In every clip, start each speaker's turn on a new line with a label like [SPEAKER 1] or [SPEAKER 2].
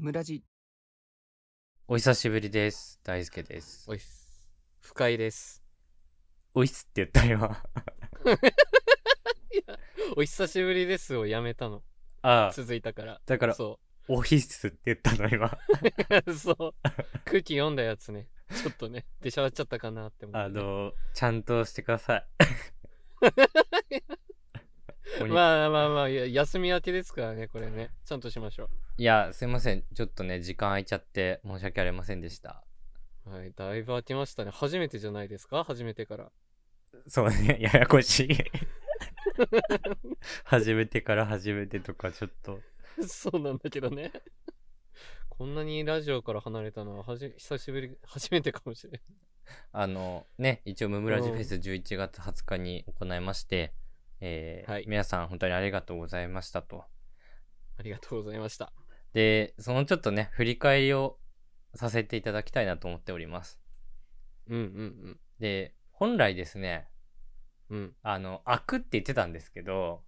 [SPEAKER 1] ムラジ
[SPEAKER 2] お久しぶりです。大輔です。
[SPEAKER 3] おいっす。不快です。
[SPEAKER 2] おいっすって言ったよ。
[SPEAKER 3] お久しぶりですをやめたの。
[SPEAKER 2] ああ、
[SPEAKER 3] 続いたから。
[SPEAKER 2] だから、
[SPEAKER 3] そ
[SPEAKER 2] おひっすって言ったの今。
[SPEAKER 3] う。 そう。空気読んだやつね。ちょっとね、出しゃばっちゃったかなって思
[SPEAKER 2] あ
[SPEAKER 3] って、ね。
[SPEAKER 2] の、ちゃんとしてくだ さい。おに
[SPEAKER 3] まあまあまあ、いや休み明けですからね、これね。ちゃんとしましょ
[SPEAKER 2] いや、すいません。ちょっとね、時間空いちゃって申し訳ありませんでした。
[SPEAKER 3] う。はい、だいぶ明けましたね。初めてじゃないですか初めてから。
[SPEAKER 2] そうね、 ややこしい。始めてから始めてとか、ちょっと。
[SPEAKER 3] そうなんだけどね。こんなにラジオから離れたのははじ久しぶり、初めてかもしれない。
[SPEAKER 2] あのね、一応、ムムラジ
[SPEAKER 3] う
[SPEAKER 2] フ
[SPEAKER 3] ん
[SPEAKER 2] ェス11月20日に行いまして、えー
[SPEAKER 3] はい
[SPEAKER 2] 皆さん本当にありがとうございましたと。
[SPEAKER 3] ありがとうございました。
[SPEAKER 2] で、そのちょっとね、振り返りをさせていただきたいなと思っております。
[SPEAKER 3] うんうん
[SPEAKER 2] で、本来ですね、
[SPEAKER 3] うん。うん。
[SPEAKER 2] あの、開くって言ってたんですけど、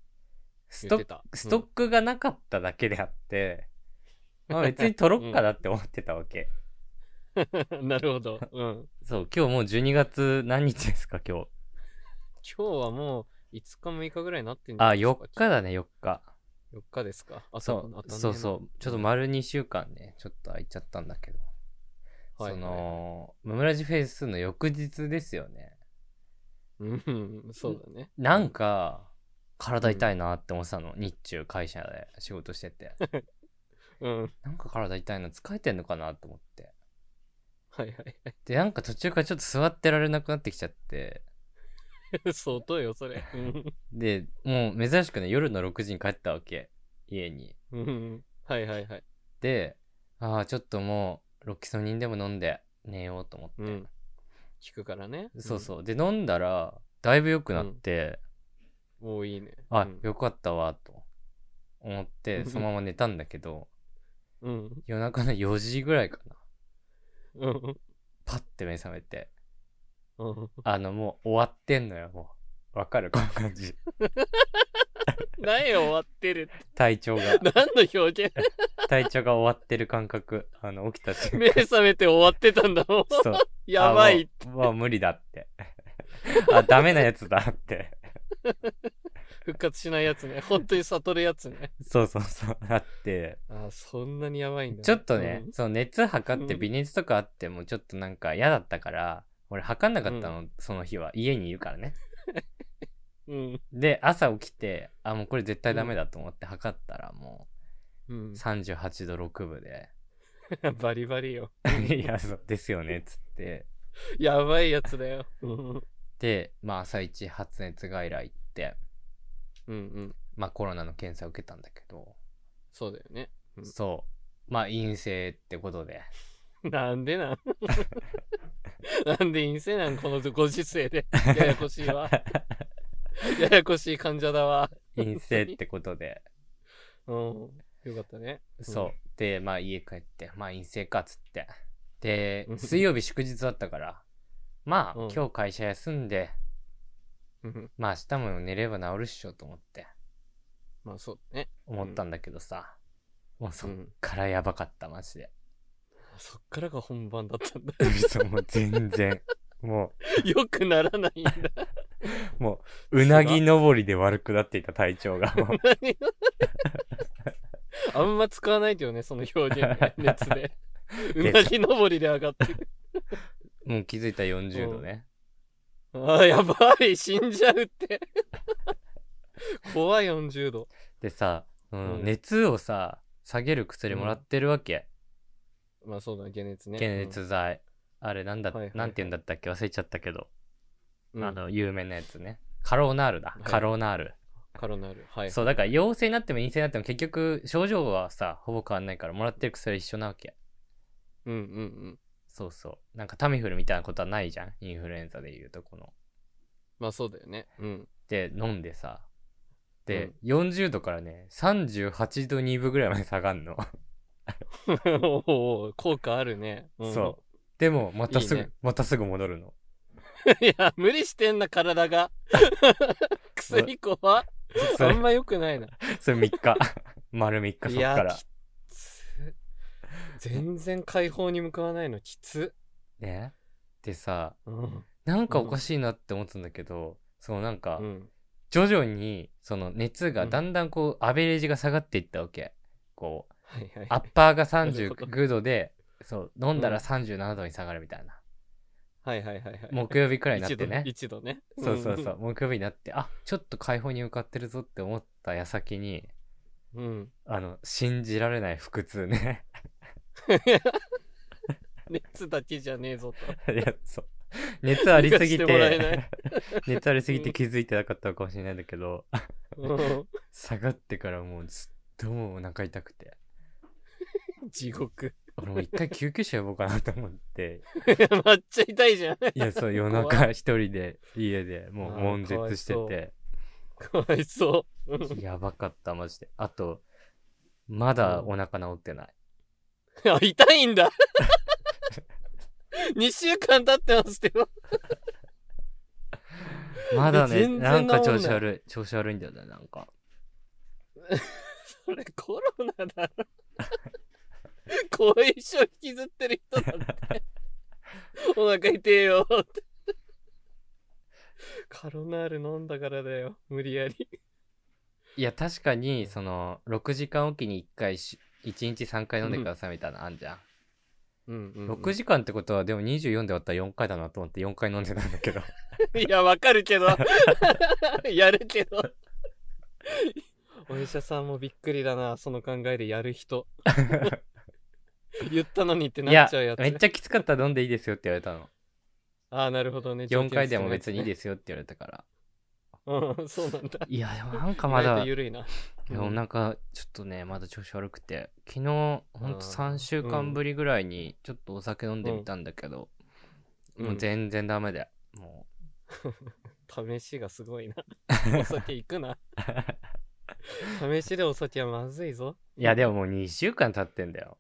[SPEAKER 2] ス
[SPEAKER 3] 言
[SPEAKER 2] ト
[SPEAKER 3] って
[SPEAKER 2] ッ
[SPEAKER 3] た。
[SPEAKER 2] ストックがなかっただけであって、まあ別に取ろっかなって思ってたわ け。
[SPEAKER 3] うん なるほど。うん。
[SPEAKER 2] そう、今日もう12月何日ですか、今日。
[SPEAKER 3] 今日はもう5日6日ぐらいになってんじゃ
[SPEAKER 2] あ、
[SPEAKER 3] ないです
[SPEAKER 2] 4
[SPEAKER 3] か
[SPEAKER 2] 日だね、4日。
[SPEAKER 3] 4日ですかあ
[SPEAKER 2] そう、そうそう。ちょっと丸2週間ね、ちょっと空いちゃったんだけど。
[SPEAKER 3] はい
[SPEAKER 2] その、ムムラジフェスの翌日ですよね。
[SPEAKER 3] うんそうだね
[SPEAKER 2] なんか、体痛いなって思ってたの、日中会社で仕事してて。
[SPEAKER 3] うんはい
[SPEAKER 2] なんか体痛いな、疲れてんのかなと思って。
[SPEAKER 3] はい
[SPEAKER 2] で、なんか途中からちょっと座ってられなくなってきちゃって。
[SPEAKER 3] はい 相当 よそれうん
[SPEAKER 2] で、もう珍しくね、夜の6時に帰ったわけ。家に。
[SPEAKER 3] うんはいはいはい
[SPEAKER 2] で、ああ、ちょっともう、ロキソニンでも飲んで寝ようと思って。
[SPEAKER 3] うん聞くからね
[SPEAKER 2] そうそう。で、飲んだら、だいぶ良くなって、
[SPEAKER 3] うんおーいいね
[SPEAKER 2] あ
[SPEAKER 3] う、ん
[SPEAKER 2] 良かったわ、と思 って、そのまま寝たんだけど、
[SPEAKER 3] うん
[SPEAKER 2] 夜中の4時ぐらいかな。
[SPEAKER 3] うん
[SPEAKER 2] パッて目覚めて、
[SPEAKER 3] うん
[SPEAKER 2] あの、もう終わってんのよ、もう。わかるこの感 じ。
[SPEAKER 3] 何終わってるって
[SPEAKER 2] 体調が、
[SPEAKER 3] 何の表現
[SPEAKER 2] 体調が終わってる感覚。あの、起きた瞬間。
[SPEAKER 3] 目覚めて終わってたんだもん
[SPEAKER 2] そう。
[SPEAKER 3] やばい
[SPEAKER 2] あ。もうもう無理だって。 あ、ダメなやつだって。
[SPEAKER 3] 復活しないやつね本当に悟るやつね
[SPEAKER 2] そうそうそう。あって。
[SPEAKER 3] あーそんなにやばいんだ
[SPEAKER 2] ちょっとね、
[SPEAKER 3] うん
[SPEAKER 2] その熱測って
[SPEAKER 3] うん
[SPEAKER 2] 微熱とかあってもちょっとなんか嫌だったから、俺測んなかったの、その日は。家にいるからね。
[SPEAKER 3] うん
[SPEAKER 2] で、朝起きて、あ、もうこれ絶対ダメだと思って測ったら、も
[SPEAKER 3] う
[SPEAKER 2] うん38度6分で。
[SPEAKER 3] バリバリよ
[SPEAKER 2] いや、そうですよね、つって。
[SPEAKER 3] やばいやつだよ。うん
[SPEAKER 2] で、まあ、朝一発熱外来行って、
[SPEAKER 3] うん。
[SPEAKER 2] まあ、コロナの検査を受けたんだけど、
[SPEAKER 3] そうだよ ね。うん
[SPEAKER 2] そう。まあ、陰性ってこと で。
[SPEAKER 3] なんでなん なんで陰性なんこのご時世 で。ややこしい わ。ややこしい患者だわ。
[SPEAKER 2] 陰性ってことで。
[SPEAKER 3] うん。よかったね。
[SPEAKER 2] そう。で、まあ、家帰って、まあ、陰性か、つって。で
[SPEAKER 3] う、ん
[SPEAKER 2] 水曜日祝日だったから、まあ、
[SPEAKER 3] うん
[SPEAKER 2] 今日会社休んで、
[SPEAKER 3] うん。
[SPEAKER 2] まあ、明日も寝れば治るっしょと思って、
[SPEAKER 3] まあそうだね。
[SPEAKER 2] 思ったんだけどさ、もう
[SPEAKER 3] う
[SPEAKER 2] そっ
[SPEAKER 3] ん。
[SPEAKER 2] からやばかった、マ ジで。
[SPEAKER 3] そっからが本番だったんだ。
[SPEAKER 2] 嘘、もう全 然。も
[SPEAKER 3] よくなら ないんだ。
[SPEAKER 2] う、もう、うなぎ登りで悪くなっていた体調 が。もう
[SPEAKER 3] 何あんま使わないけどね、その表現 ね、熱で。うなぎ登りで上がってる。
[SPEAKER 2] もう気づいたら40度ね。
[SPEAKER 3] ああ、やばい、死んじゃうって。怖い40度。
[SPEAKER 2] でさ、その
[SPEAKER 3] うん
[SPEAKER 2] 熱をさ、下げる薬もらってるわけ。
[SPEAKER 3] まあそうだ、解熱ね。
[SPEAKER 2] 解熱剤、あれなんだ、
[SPEAKER 3] はいはいはい
[SPEAKER 2] なんて言うんだったっけ忘れちゃったけど、
[SPEAKER 3] うん、
[SPEAKER 2] あ
[SPEAKER 3] あの、
[SPEAKER 2] の有名なやつねカロナールだ、
[SPEAKER 3] はい
[SPEAKER 2] カロナール、
[SPEAKER 3] カロナール。はい。
[SPEAKER 2] そうだから陽性になっても陰性になっても結局症状はさほぼ変わんないからもらってる薬は一緒なわけ
[SPEAKER 3] うんうんうん。
[SPEAKER 2] そうそうなんかタミフルみたいなことはないじゃんインフルエンザでいうとこの
[SPEAKER 3] まあそうだよね。うん。
[SPEAKER 2] で飲んでさで、40度からね38度2分ぐらいまで下がんの
[SPEAKER 3] おお、効果あるね。ん
[SPEAKER 2] そうでもまたすぐ
[SPEAKER 3] いいね
[SPEAKER 2] またすぐ戻るの
[SPEAKER 3] いや、無理してんな、体が。薬怖っ
[SPEAKER 2] そ
[SPEAKER 3] あ
[SPEAKER 2] れ
[SPEAKER 3] んま良くないな。
[SPEAKER 2] それ3日丸3日そっ
[SPEAKER 3] い
[SPEAKER 2] か
[SPEAKER 3] や
[SPEAKER 2] ら、
[SPEAKER 3] きつ全然解放に向かわないのきつ。
[SPEAKER 2] ねでさ
[SPEAKER 3] うん。
[SPEAKER 2] なんかおかしいなって思ったんだけど、そのなんか
[SPEAKER 3] うん。
[SPEAKER 2] 徐々にその熱がだんだんこうアベレージが下がっていったわけこ う
[SPEAKER 3] はいはい。
[SPEAKER 2] アッパーが
[SPEAKER 3] いうこと
[SPEAKER 2] 39度でそう飲んだ
[SPEAKER 3] う
[SPEAKER 2] ら
[SPEAKER 3] ん
[SPEAKER 2] 37度に下がるみたいな、
[SPEAKER 3] はいはいはいはい。
[SPEAKER 2] 木曜日くらいになっ
[SPEAKER 3] 一
[SPEAKER 2] て
[SPEAKER 3] 度ね
[SPEAKER 2] ね。
[SPEAKER 3] 一度ね。
[SPEAKER 2] そうそうそ
[SPEAKER 3] ん
[SPEAKER 2] う。木曜日になってあちょっと解放に向かってるぞって思った矢先に
[SPEAKER 3] うん。
[SPEAKER 2] あの信じられない腹痛ね
[SPEAKER 3] 熱だけじゃねえぞ と。
[SPEAKER 2] いやそう熱ありすぎ
[SPEAKER 3] 生
[SPEAKER 2] て
[SPEAKER 3] かしてもらえない
[SPEAKER 2] 熱ありすぎて気づいてなかったのかもしれないんだけど
[SPEAKER 3] うん
[SPEAKER 2] 下がってからもうずっともうお腹痛くて
[SPEAKER 3] 地獄。
[SPEAKER 2] 俺もう一回救急車呼ぼうかなと思って
[SPEAKER 3] めっちゃ痛いじゃん。
[SPEAKER 2] いやそう夜
[SPEAKER 3] 怖
[SPEAKER 2] 中一人で家でもう
[SPEAKER 3] あー
[SPEAKER 2] 悶絶して
[SPEAKER 3] かわ
[SPEAKER 2] て
[SPEAKER 3] かわいそう。うん
[SPEAKER 2] やばかったマジであとまだお腹治ってない
[SPEAKER 3] あ、痛いんだ。2週間経ってますけど。
[SPEAKER 2] まだね
[SPEAKER 3] え全然
[SPEAKER 2] なんか
[SPEAKER 3] 治んな
[SPEAKER 2] 調
[SPEAKER 3] い
[SPEAKER 2] 子悪い調子悪いんだよねなんか
[SPEAKER 3] それコロナだろ。後遺症引きずってる人だって。お腹痛えよって。カロナール飲んだからだよ。無理やり。
[SPEAKER 2] いや確かにその6時間おきに1回し1日3回飲んでくださいみたいなのあんじゃん、
[SPEAKER 3] うんうん
[SPEAKER 2] 6時間ってことはでも24で割ったら4回だなと思って4回飲んでたんだけ ど
[SPEAKER 3] いや、わか るけど。やるけど。お医者さんもびっくりだな、その考えでや る人。言ったのにって
[SPEAKER 2] い
[SPEAKER 3] な
[SPEAKER 2] や
[SPEAKER 3] っちゃうやつ。
[SPEAKER 2] めっちゃきつかったら飲んでいいですよって言われた の
[SPEAKER 3] ああ、なるほどね。
[SPEAKER 2] 4回でも別にいい
[SPEAKER 3] で。
[SPEAKER 2] ですよって言われた から
[SPEAKER 3] うん、そうなんだ。
[SPEAKER 2] いやでもなんか まだ
[SPEAKER 3] 意外と緩いな。
[SPEAKER 2] いやお腹ちょっとねまだ調子悪くて昨日ほんと3週間ぶりぐらいにちょっとお酒飲んでみたんだけど、
[SPEAKER 3] うん
[SPEAKER 2] もう全然ダメだよも
[SPEAKER 3] 試しがすご いな。お酒行くな。試しでお酒はまずいぞ。
[SPEAKER 2] ういやでももう2週間経ってんだ よ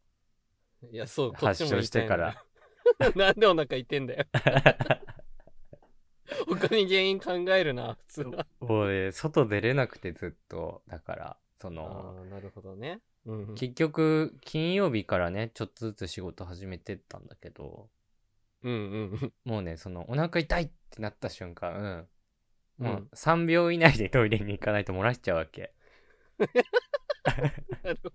[SPEAKER 3] いや、そう、こっち
[SPEAKER 2] 発
[SPEAKER 3] も
[SPEAKER 2] 症
[SPEAKER 3] 痛い
[SPEAKER 2] してから。
[SPEAKER 3] ななんでお腹痛いんだよ。他に原因考えるな、普通は。
[SPEAKER 2] もうね外出れなくてずっとだからその
[SPEAKER 3] ああ、なるほどね。うんうん。
[SPEAKER 2] 結局金曜日からねちょっとずつ仕事始めてったんだけど
[SPEAKER 3] うんうん
[SPEAKER 2] もうねそのお腹痛いってなった瞬間う
[SPEAKER 3] う
[SPEAKER 2] ん
[SPEAKER 3] ん。う
[SPEAKER 2] も
[SPEAKER 3] ん
[SPEAKER 2] う3秒以内でトイレに行かないと漏らしちゃうわけ
[SPEAKER 3] なるほど。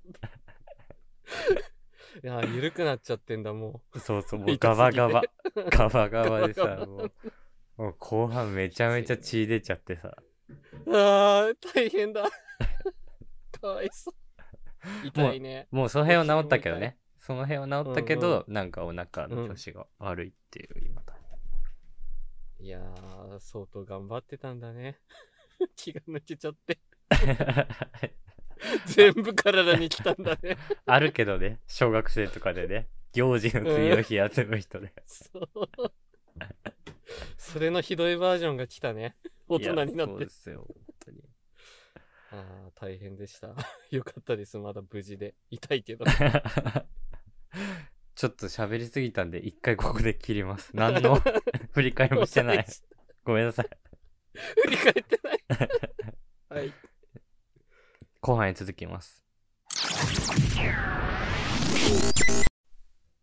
[SPEAKER 3] いやー、緩くなっちゃってんだ、も
[SPEAKER 2] そうそう、
[SPEAKER 3] 痛すぎ
[SPEAKER 2] もう
[SPEAKER 3] て
[SPEAKER 2] ガバガ バ。ガバガバで
[SPEAKER 3] ガバガ
[SPEAKER 2] さ、もう、もう後半めちゃめちゃ血出ちゃってさ、
[SPEAKER 3] う。ああ、大 変だ。かわいそう。痛いね。
[SPEAKER 2] もうその辺は治ったけどね。その辺は治ったけ
[SPEAKER 3] うん
[SPEAKER 2] ど、なんかお腹の調子が悪いっていう、今だ。
[SPEAKER 3] いやー、相当頑張ってたん だね。気が抜けちゃって。全部体に来たんだね。
[SPEAKER 2] あるけどね、小学生とかでね、行事の次の日休む人で。
[SPEAKER 3] そう。それのひどいバージョンが来たね。大人にな
[SPEAKER 2] や
[SPEAKER 3] い
[SPEAKER 2] そ
[SPEAKER 3] っ
[SPEAKER 2] うで
[SPEAKER 3] て。
[SPEAKER 2] すよ、本当に。
[SPEAKER 3] ああ、大変でした。 よかったです。まだ無事で。痛いけど。
[SPEAKER 2] ちょっと喋りすぎたんで、一回ここで切り ます。何 の振り返りもしてない。ごめんなさい。
[SPEAKER 3] 振り返ってない。 はい。
[SPEAKER 2] 後半へ続きます。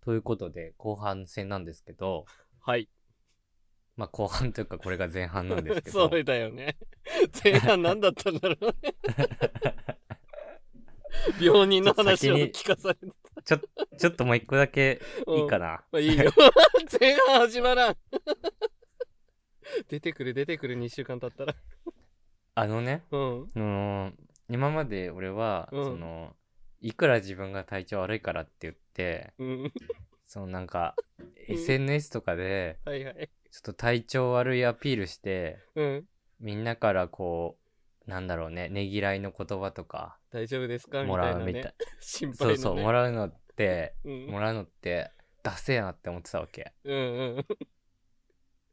[SPEAKER 2] ということで後半戦なんですけど、
[SPEAKER 3] はい。
[SPEAKER 2] まあ、後半というかこれが前半なんです け
[SPEAKER 3] そ
[SPEAKER 2] ど
[SPEAKER 3] うだよね。 前半何だったんだろう ね。病人の話を聞かされて。
[SPEAKER 2] ちょちょっともう一個だけいいか
[SPEAKER 3] な。
[SPEAKER 2] な、
[SPEAKER 3] まあいいよ。 前半始まらん。出てくる出てくる2週間経ったら。
[SPEAKER 2] あのね、
[SPEAKER 3] うん。
[SPEAKER 2] あのー今まで俺は、
[SPEAKER 3] うん
[SPEAKER 2] そのいくら自分が体調悪いからって言って
[SPEAKER 3] うん。
[SPEAKER 2] そのなんか
[SPEAKER 3] うん
[SPEAKER 2] SNS とかで
[SPEAKER 3] はいはい。
[SPEAKER 2] ちょっと体調悪いアピールして
[SPEAKER 3] うん。
[SPEAKER 2] みんなからこうなんだろうねねぎらいの言葉とか
[SPEAKER 3] 大丈夫ですかみ
[SPEAKER 2] も
[SPEAKER 3] た
[SPEAKER 2] ら
[SPEAKER 3] いな
[SPEAKER 2] うみたい
[SPEAKER 3] ね。心配
[SPEAKER 2] そ
[SPEAKER 3] の
[SPEAKER 2] う
[SPEAKER 3] ね。
[SPEAKER 2] そう、もらうのって、
[SPEAKER 3] うん
[SPEAKER 2] もらうのって、ダセえなって思ってたわけ。
[SPEAKER 3] うん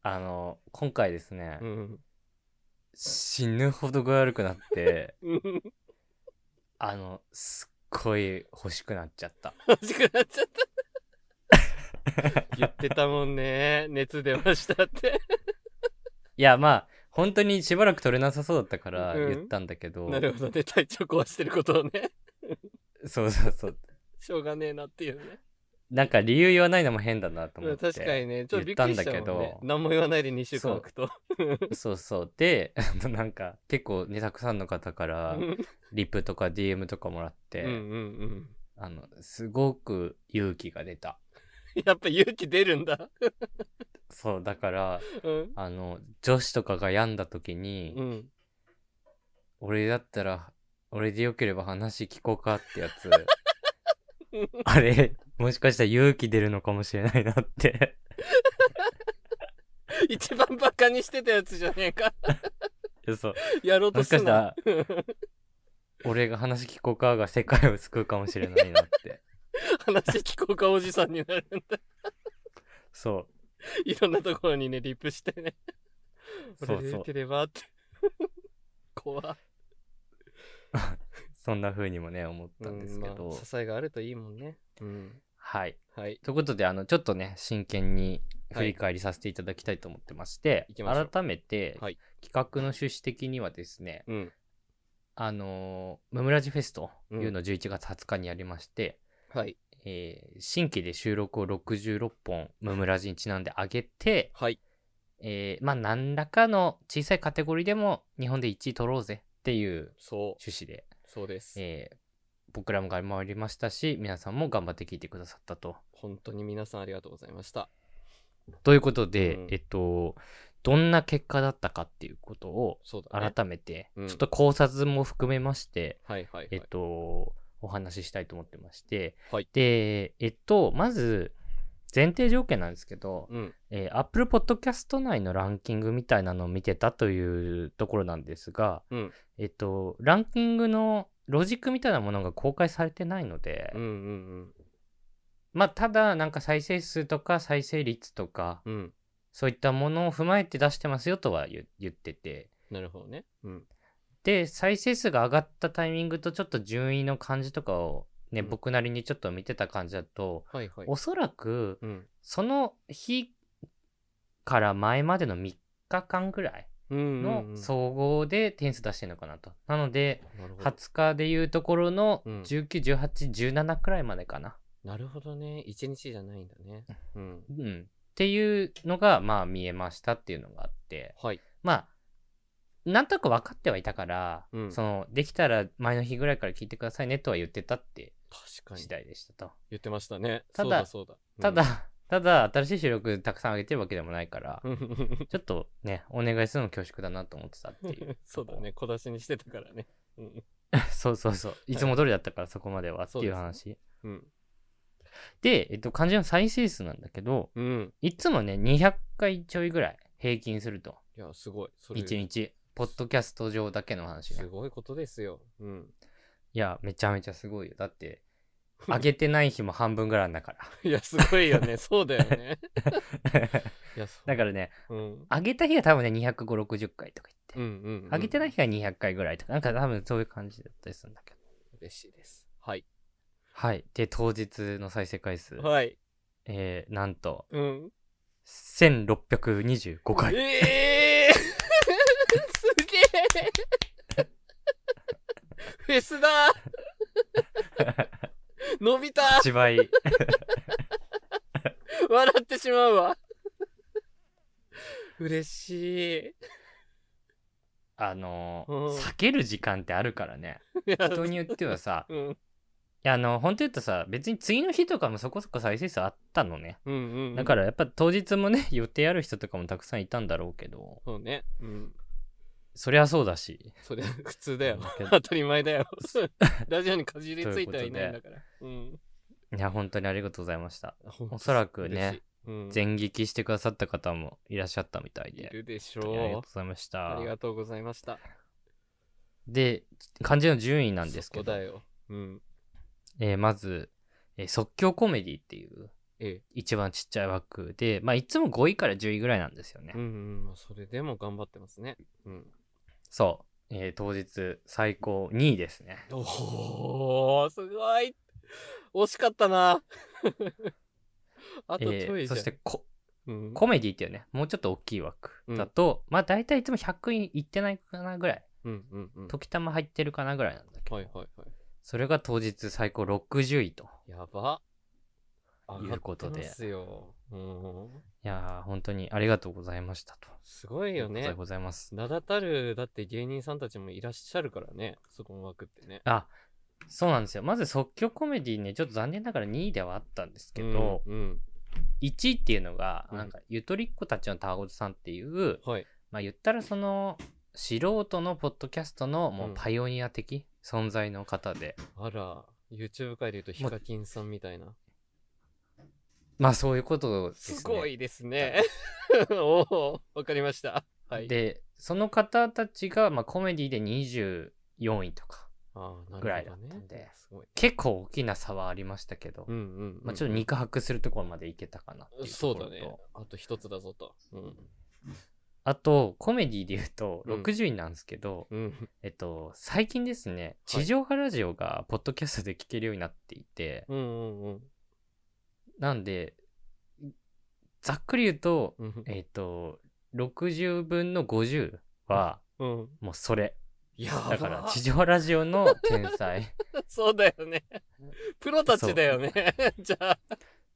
[SPEAKER 2] あの、今回ですね、
[SPEAKER 3] うん。
[SPEAKER 2] 死ぬほど具合悪くなって、
[SPEAKER 3] うん。
[SPEAKER 2] あの、すっごい欲しくなっちゃった。
[SPEAKER 3] 欲しくなっち ゃった。言ってたもんね。熱出ましたって。
[SPEAKER 2] いや、まあ、本当にしばらく取れなさそうだったから
[SPEAKER 3] うん
[SPEAKER 2] 言ったんだけど、
[SPEAKER 3] なるほどね。体調壊してることをね。
[SPEAKER 2] そうそうそう。
[SPEAKER 3] しょうがねえなっていうね。
[SPEAKER 2] なんか理由言わないのも変だなと思って。
[SPEAKER 3] 確かにね、ちょっとびっくりしたもん、ね、
[SPEAKER 2] 言ったんだけど
[SPEAKER 3] 何も言わないで2週間空くと。
[SPEAKER 2] そうそう。で、 あのなんか結構ね、たくさんの方か
[SPEAKER 3] う
[SPEAKER 2] ら
[SPEAKER 3] ん
[SPEAKER 2] リプとか DM とかもらって、
[SPEAKER 3] うんうん
[SPEAKER 2] あの、すごく勇気が出た。
[SPEAKER 3] うん。やっぱ勇気出るんだ。
[SPEAKER 2] そう、だ から、
[SPEAKER 3] うん。
[SPEAKER 2] あの、女子とかが病んだ時に、
[SPEAKER 3] うん。
[SPEAKER 2] 俺だったら、俺でよければ話聞こうかってやつ。あれ、もしかしたら勇気出るのかもしれないなって。
[SPEAKER 3] 一番バカにしてたやつじゃねえか。
[SPEAKER 2] そう。
[SPEAKER 3] やろうと
[SPEAKER 2] もしか
[SPEAKER 3] す
[SPEAKER 2] し
[SPEAKER 3] ん
[SPEAKER 2] た
[SPEAKER 3] な。
[SPEAKER 2] ら、 俺が話聞こうかが世界を救うかもしれないなって。
[SPEAKER 3] 話聞こうかおじさんになるんだ。
[SPEAKER 2] そ
[SPEAKER 3] いろんなところにね、リプしてね。
[SPEAKER 2] うそう
[SPEAKER 3] 俺で
[SPEAKER 2] そ
[SPEAKER 3] よ
[SPEAKER 2] う。
[SPEAKER 3] ければって。怖
[SPEAKER 2] そんな風にもね、思ったんですけ
[SPEAKER 3] うん
[SPEAKER 2] ど
[SPEAKER 3] ま。あ支えがあるといいもんね。うん。
[SPEAKER 2] はい。
[SPEAKER 3] はい。
[SPEAKER 2] ということで、あの、ちょっとね、真剣に振り
[SPEAKER 3] はい
[SPEAKER 2] 返りさせていただきたいと思ってまして、
[SPEAKER 3] 行きましょう
[SPEAKER 2] 改めて、
[SPEAKER 3] はい
[SPEAKER 2] 企画の趣旨的にはですね、
[SPEAKER 3] うん。
[SPEAKER 2] あのームムラジフェスというの
[SPEAKER 3] う
[SPEAKER 2] を11月20日にやりまして、
[SPEAKER 3] はい。
[SPEAKER 2] えー新規で収録を66本、ムムラジにちなんで上げて、
[SPEAKER 3] はい。
[SPEAKER 2] えーまあ、何らかの小さいカテゴリーでも日本で1位取ろうぜっていう
[SPEAKER 3] そう。
[SPEAKER 2] 趣旨で、
[SPEAKER 3] そうです。
[SPEAKER 2] えー僕らも頑張りましたし、皆さんも頑張って聞いてくださったと。
[SPEAKER 3] 本当に皆さんありがとうございました。
[SPEAKER 2] ということで、
[SPEAKER 3] うん
[SPEAKER 2] えっと、どんな結果だったかっていうことを
[SPEAKER 3] そうだね。
[SPEAKER 2] 改めて、
[SPEAKER 3] うん
[SPEAKER 2] ちょっと考察も含めまして、
[SPEAKER 3] はいはいはい。
[SPEAKER 2] えっと、お話ししたいと思ってまして、
[SPEAKER 3] はい
[SPEAKER 2] で、えっと、まず、前提条件なんですけど、
[SPEAKER 3] うん。
[SPEAKER 2] えー Apple Podcast 内のランキングみたいなのを見てたというところなんですが、
[SPEAKER 3] うん
[SPEAKER 2] えっと、ランキングのロジックみたいなものが公開されてないので、
[SPEAKER 3] うんうん
[SPEAKER 2] まあ、ただ、なんか再生数とか再生率とか、
[SPEAKER 3] うん。うん。
[SPEAKER 2] そういったものを踏まえて出してますよとは言言ってて、
[SPEAKER 3] なるほどね。うん。
[SPEAKER 2] で、再生数が上がったタイミングとちょっと順位の感じとかをね、
[SPEAKER 3] うん
[SPEAKER 2] 僕なりにちょっと見てた感じだと、
[SPEAKER 3] はいはい。
[SPEAKER 2] おそらく、
[SPEAKER 3] うん。
[SPEAKER 2] その日から前までの3日間ぐらい
[SPEAKER 3] うんうんう
[SPEAKER 2] の
[SPEAKER 3] ん、
[SPEAKER 2] 総合で点数出してるのかなと。なので、
[SPEAKER 3] なるほど。
[SPEAKER 2] 20日でいうところの
[SPEAKER 3] うん
[SPEAKER 2] 19、18、17くらいまでかな。
[SPEAKER 3] なるほどね。一日じゃないんだね。うん。
[SPEAKER 2] うん。っていうのが、まあ見えましたっていうのがあって、
[SPEAKER 3] はい。
[SPEAKER 2] まあ、なんとなく分かってはいたから、
[SPEAKER 3] うん
[SPEAKER 2] その、できたら前の日ぐらいから聞いてくださいねとは言ってたって
[SPEAKER 3] 確か
[SPEAKER 2] 次
[SPEAKER 3] に。
[SPEAKER 2] 第でしたと。
[SPEAKER 3] 言ってましたね。
[SPEAKER 2] ただ
[SPEAKER 3] そうだそう
[SPEAKER 2] た
[SPEAKER 3] だ。
[SPEAKER 2] だ、 ただ、新しい収録たくさん上げてるわけでもないから、
[SPEAKER 3] うん、
[SPEAKER 2] ちょっとね、お願いするの恐縮だなと思ってたっていう。
[SPEAKER 3] そうだね。小出しにしてたからね。うん。
[SPEAKER 2] そうそうそう。いつも通りだったから、そこまではっていう
[SPEAKER 3] そうで
[SPEAKER 2] 話。で
[SPEAKER 3] うん。
[SPEAKER 2] えっと、漢字の再生数なんだけど、
[SPEAKER 3] うん。
[SPEAKER 2] いつもね、200回ちょいぐらい平均すると。
[SPEAKER 3] いや、すごい。それ
[SPEAKER 2] 1日。ポッドキャスト上だけの話が。
[SPEAKER 3] す
[SPEAKER 2] い
[SPEAKER 3] ごいことですよ。うん。
[SPEAKER 2] や、めちゃめちゃすごいよ。だって、上げてない日も半分ぐらいあんだから。
[SPEAKER 3] いや、すごいよ ね。そうだよね。いや、そう。
[SPEAKER 2] だからね、
[SPEAKER 3] うん。
[SPEAKER 2] 上げた日は多分ね、250、60回とか
[SPEAKER 3] う
[SPEAKER 2] 言って、
[SPEAKER 3] んうん、うん。
[SPEAKER 2] 上げてない日は200回ぐらいとか、なんか多分そういう感じだったりするんだけど。
[SPEAKER 3] 嬉しいです。はい。
[SPEAKER 2] はい。で、当日の再生回数、
[SPEAKER 3] はい。
[SPEAKER 2] えー、なんと、
[SPEAKER 3] うん。
[SPEAKER 2] 1625回。
[SPEAKER 3] ええー、 すげえフェスだ伸びた
[SPEAKER 2] 1倍。
[SPEAKER 3] 笑ってしまうわ嬉しい
[SPEAKER 2] あのー
[SPEAKER 3] うん
[SPEAKER 2] 避ける時間ってあるから ね。
[SPEAKER 3] いや
[SPEAKER 2] 人によってはさ、い
[SPEAKER 3] うん
[SPEAKER 2] や、あの、本当言うとさ、別に次の日とかもそこそこ再生数あったのね。
[SPEAKER 3] うんうん
[SPEAKER 2] だかららやっぱ当日もね、予定ある人とかもたくさんいたんだろうけど、
[SPEAKER 3] そうねうん
[SPEAKER 2] そりゃそうだし。
[SPEAKER 3] それ普通だよ
[SPEAKER 2] なんだけど
[SPEAKER 3] 当たり前 だよラジオにかじりついてはいないんだからうん
[SPEAKER 2] いや、本当にありがとうございました。おそらくね、
[SPEAKER 3] 嬉しいうん、
[SPEAKER 2] 前撃してくださった方もいらっしゃったみたい
[SPEAKER 3] い
[SPEAKER 2] で。
[SPEAKER 3] るでし
[SPEAKER 2] 本当にありがとうございま
[SPEAKER 3] ょ
[SPEAKER 2] し
[SPEAKER 3] う
[SPEAKER 2] た
[SPEAKER 3] あ。りがとうございました
[SPEAKER 2] で、漢字の順位なんですけ
[SPEAKER 3] そこ
[SPEAKER 2] ど
[SPEAKER 3] だ、ようん
[SPEAKER 2] えーまず、えー即興コメディっていう
[SPEAKER 3] ええ
[SPEAKER 2] 一番ちっちゃい枠で、まあ、いつも5位から10位ぐらいなんですよね。
[SPEAKER 3] うんうん、まあ、それでも頑張ってますね。うん、
[SPEAKER 2] そう、えー当日最高2位ですね。
[SPEAKER 3] おー、すごい惜しかったな。 あとちょいじ
[SPEAKER 2] え
[SPEAKER 3] ゃん、
[SPEAKER 2] ーそしてコ
[SPEAKER 3] うん、
[SPEAKER 2] コメディっていうね、もうちょっと大きい枠だと、まあ大体いつも100位いってないかなぐらい、
[SPEAKER 3] うんうんうん。
[SPEAKER 2] 時たま入ってるかなぐらいなんだけど、
[SPEAKER 3] はいはいは
[SPEAKER 2] それが当日最高60位と。
[SPEAKER 3] い。やば。
[SPEAKER 2] いうことで
[SPEAKER 3] 上がってますよ。うん
[SPEAKER 2] いやー、本当にありがとうございましたと。
[SPEAKER 3] すごい
[SPEAKER 2] い
[SPEAKER 3] よ
[SPEAKER 2] うことで
[SPEAKER 3] ね。
[SPEAKER 2] ございます。
[SPEAKER 3] 名だたる、だって芸人さんたちもいらっしゃるからね、そこの枠ってね。
[SPEAKER 2] あ、そうなんですよ。まず即興コメディね、ちょっと残念ながら2位ではあったんですけど、
[SPEAKER 3] うん、うん
[SPEAKER 2] 1位っていうのが、
[SPEAKER 3] うん
[SPEAKER 2] なんか、ゆとりっ子たちのたわごとさんっていう、
[SPEAKER 3] はい。
[SPEAKER 2] まあ言ったらその、素人のポッドキャストのもううんパイオニア的存在の方で、
[SPEAKER 3] あら、YouTube 界で言うとヒカキンさんみたいな。
[SPEAKER 2] まあそういうことですね。
[SPEAKER 3] すごいですね。おお、 わかりました。はい。
[SPEAKER 2] で、その方たちが、まあコメディで24位とか、
[SPEAKER 3] ああ、なるほどね
[SPEAKER 2] ぐらいだったんです
[SPEAKER 3] ごい。
[SPEAKER 2] 結構大きな差はありましたけど、
[SPEAKER 3] うんうんうん、
[SPEAKER 2] まあちょっと肉薄するところまでいけたかなっていう
[SPEAKER 3] そ
[SPEAKER 2] とこ
[SPEAKER 3] う
[SPEAKER 2] ろ
[SPEAKER 3] だ
[SPEAKER 2] と
[SPEAKER 3] ね。あと一つだぞと。うん。
[SPEAKER 2] あと、コメディで言うと、
[SPEAKER 3] うん
[SPEAKER 2] 60位なんですけど、
[SPEAKER 3] うん。
[SPEAKER 2] えっと、最近ですね、地上波ラジオが、ポッドキャストで聞けるようになっていて、
[SPEAKER 3] うんうんうん
[SPEAKER 2] なんで、ざっくり言うと、
[SPEAKER 3] うん。
[SPEAKER 2] えっと、60分の50は、
[SPEAKER 3] うん。
[SPEAKER 2] もうそれ。
[SPEAKER 3] いや
[SPEAKER 2] だから、
[SPEAKER 3] ば
[SPEAKER 2] 地上波ラジオの天 才。
[SPEAKER 3] そうだよね。プロたちだよね。 じゃあ、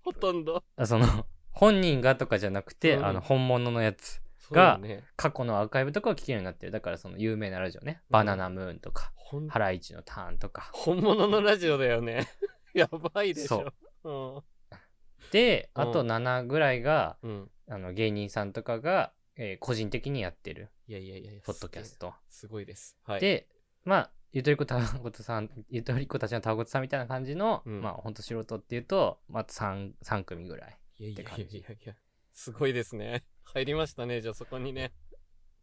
[SPEAKER 3] ほとんど。
[SPEAKER 2] あその、本人がとかじゃなくて、
[SPEAKER 3] うん
[SPEAKER 2] あの、本物のやつ。
[SPEAKER 3] そうだよね、
[SPEAKER 2] 過去のアーカイブとかを聞けるようになってる。だから、その有名なラジオね。バナナムーンとか、
[SPEAKER 3] ほん
[SPEAKER 2] ハライチのターンとか。
[SPEAKER 3] 本物のラジオだよね。 やばいでしょ。
[SPEAKER 2] で、
[SPEAKER 3] うん
[SPEAKER 2] あと7ぐらいが、
[SPEAKER 3] うん。うん。
[SPEAKER 2] あの芸人さんとかが、えー個人的にやってる
[SPEAKER 3] いやいやいやいや、
[SPEAKER 2] ポッドキャスト。
[SPEAKER 3] すごいです。はい。、
[SPEAKER 2] で、まあ、ゆとりっ子たわごとさん、ゆとりっ子たちのたわごとさんみたいな感じの、
[SPEAKER 3] うん
[SPEAKER 2] まあ、ほんと素人っていうと、まあ、3, 三組ぐらい。
[SPEAKER 3] いやいや
[SPEAKER 2] って
[SPEAKER 3] いや
[SPEAKER 2] 感
[SPEAKER 3] い
[SPEAKER 2] じ
[SPEAKER 3] やいや、すごいですね。入りましたね、じゃあそこにね。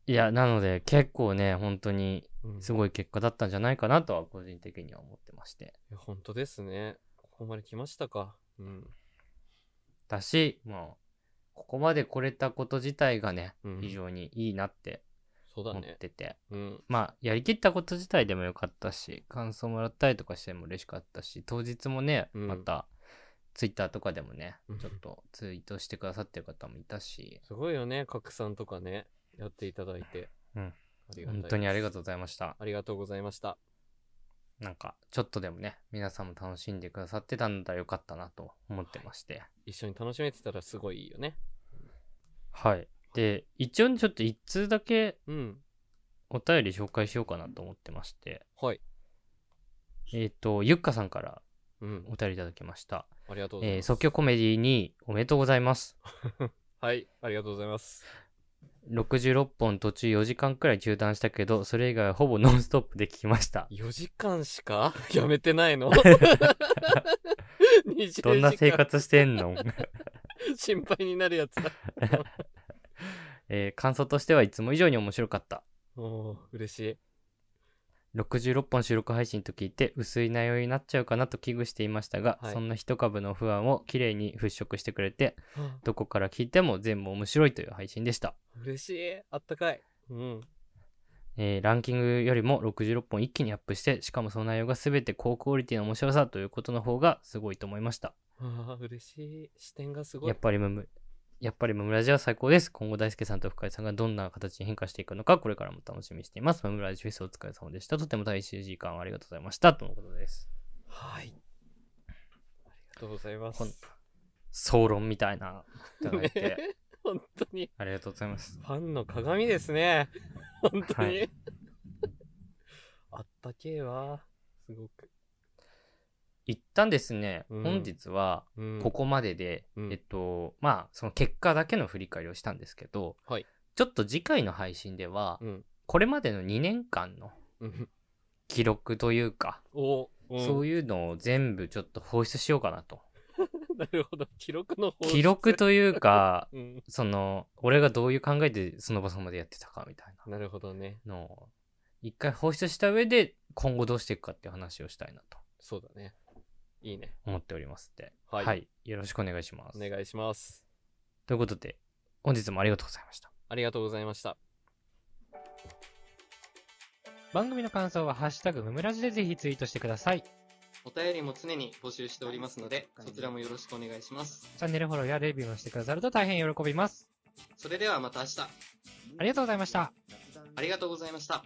[SPEAKER 2] いや、なので、結構ね、本当に
[SPEAKER 3] うん
[SPEAKER 2] すごい結果だったんじゃないかなとは、個人的には思ってまして。
[SPEAKER 3] いや本当ですね。ここまで来ましたか。うん。
[SPEAKER 2] だし、もう、ここまで来れたこと自体がね、
[SPEAKER 3] うん
[SPEAKER 2] 非常にいいなって
[SPEAKER 3] そうだ
[SPEAKER 2] 思っ
[SPEAKER 3] ね。
[SPEAKER 2] てて、
[SPEAKER 3] うん。
[SPEAKER 2] まあ、やりきったこと自体でもよかったし、感想もらったりとかしても嬉しかったし、当日もね、
[SPEAKER 3] うん
[SPEAKER 2] また、ツイッターとかでもね
[SPEAKER 3] うん、
[SPEAKER 2] ちょっとツイートしてくださってる方もいたし、
[SPEAKER 3] すごいよね、拡散とかね、やっていただいて。
[SPEAKER 2] うん
[SPEAKER 3] ありがたい
[SPEAKER 2] 本
[SPEAKER 3] です
[SPEAKER 2] 当にありがとうございました。
[SPEAKER 3] ありがとうございました。
[SPEAKER 2] なんか、ちょっとでもね、皆さんも楽しんでくださってたんだよかったなと思ってまして。
[SPEAKER 3] 一緒に楽しめてたらすごいいいよね。
[SPEAKER 2] はい。で、一応ちょっと一通だけ
[SPEAKER 3] うん。
[SPEAKER 2] お便り紹介しようかなと思ってまして、
[SPEAKER 3] はい。
[SPEAKER 2] えっ、と、ゆっかさんから
[SPEAKER 3] うん
[SPEAKER 2] お。便りいただきました。
[SPEAKER 3] ありがとうござ
[SPEAKER 2] え
[SPEAKER 3] い
[SPEAKER 2] ー
[SPEAKER 3] ます。
[SPEAKER 2] 即興コメディにおめでとうございます。
[SPEAKER 3] はい。ありがとうございます。
[SPEAKER 2] 66本途中4時間くらい中断したけど、それ以外はほぼノンストップで聞きま した。
[SPEAKER 3] 4時間しか やめてないの20時間
[SPEAKER 2] どんな生活してんの
[SPEAKER 3] 心配になるやつだ。
[SPEAKER 2] えー感想としてはいつも以上に面白かった。
[SPEAKER 3] おー嬉しい。
[SPEAKER 2] 66本収録配信と聞いて薄い内容になっちゃうかなと危惧していましたが、
[SPEAKER 3] はい
[SPEAKER 2] そんな一株の不安をきれいに払拭してくれて、どこから聞いても全部面白いという配信でした。
[SPEAKER 3] 嬉しい。あったかい。うん。
[SPEAKER 2] えーランキングよりも66本一気にアップして、しかもその内容が全て高クオリティの面白さということの方がすごいと思いました。
[SPEAKER 3] ああ、嬉しい。視点がすごい。
[SPEAKER 2] やっぱりムム、やっぱりムムラジは最高です。今後大輔さんと深井さんがどんな形に変化していくのか、これからも楽しみにしています。ムムラジフェスお疲れ様でした。とても大衆時間をありがとうございました。とのことです。
[SPEAKER 3] はい。ありがとうございま
[SPEAKER 2] ほん
[SPEAKER 3] す。
[SPEAKER 2] 総論みたいな、いただいて、
[SPEAKER 3] 本当に
[SPEAKER 2] ありがとうございます。
[SPEAKER 3] ファンの鏡ですね。本当に。
[SPEAKER 2] は
[SPEAKER 3] あったけえわ。すごく。
[SPEAKER 2] 一旦ですね、
[SPEAKER 3] うん
[SPEAKER 2] 本日は
[SPEAKER 3] うん
[SPEAKER 2] ここまでで、
[SPEAKER 3] うん
[SPEAKER 2] えっと、まあ、その結果だけの振り返りをしたんですけど、
[SPEAKER 3] はい
[SPEAKER 2] ちょっと次回の配信では、
[SPEAKER 3] うん。
[SPEAKER 2] これまでの2年間の
[SPEAKER 3] うん
[SPEAKER 2] 記録というか、
[SPEAKER 3] お、
[SPEAKER 2] そう
[SPEAKER 3] い
[SPEAKER 2] いうのを全部ちょっと放出しようかなと。
[SPEAKER 3] うん。なるほど。記録の方。
[SPEAKER 2] 記録。というか
[SPEAKER 3] うん。
[SPEAKER 2] その俺がどういう考えでその場所までやってたかみたい
[SPEAKER 3] なるほどね。
[SPEAKER 2] なのを一回放出した上で今後どうしていくかっていう話をしたいなと
[SPEAKER 3] そうだね。いいね。
[SPEAKER 2] 思っておりますので、
[SPEAKER 3] はい
[SPEAKER 2] よろしくお願いします
[SPEAKER 3] お願いします。
[SPEAKER 2] ということで本日もありがとうございました
[SPEAKER 3] ありがとうございました。
[SPEAKER 2] 番組の感想は「ハッシュタグむむらじ」でぜひツイートしてくださいチ
[SPEAKER 3] お便りも常に募集しておりますので、そちらもよろしくお願いします。
[SPEAKER 2] ャンネルフォローやレビューもしてくださると大変喜びます
[SPEAKER 3] それではまた明日、
[SPEAKER 2] ありがとうございました
[SPEAKER 3] ありがとうございました。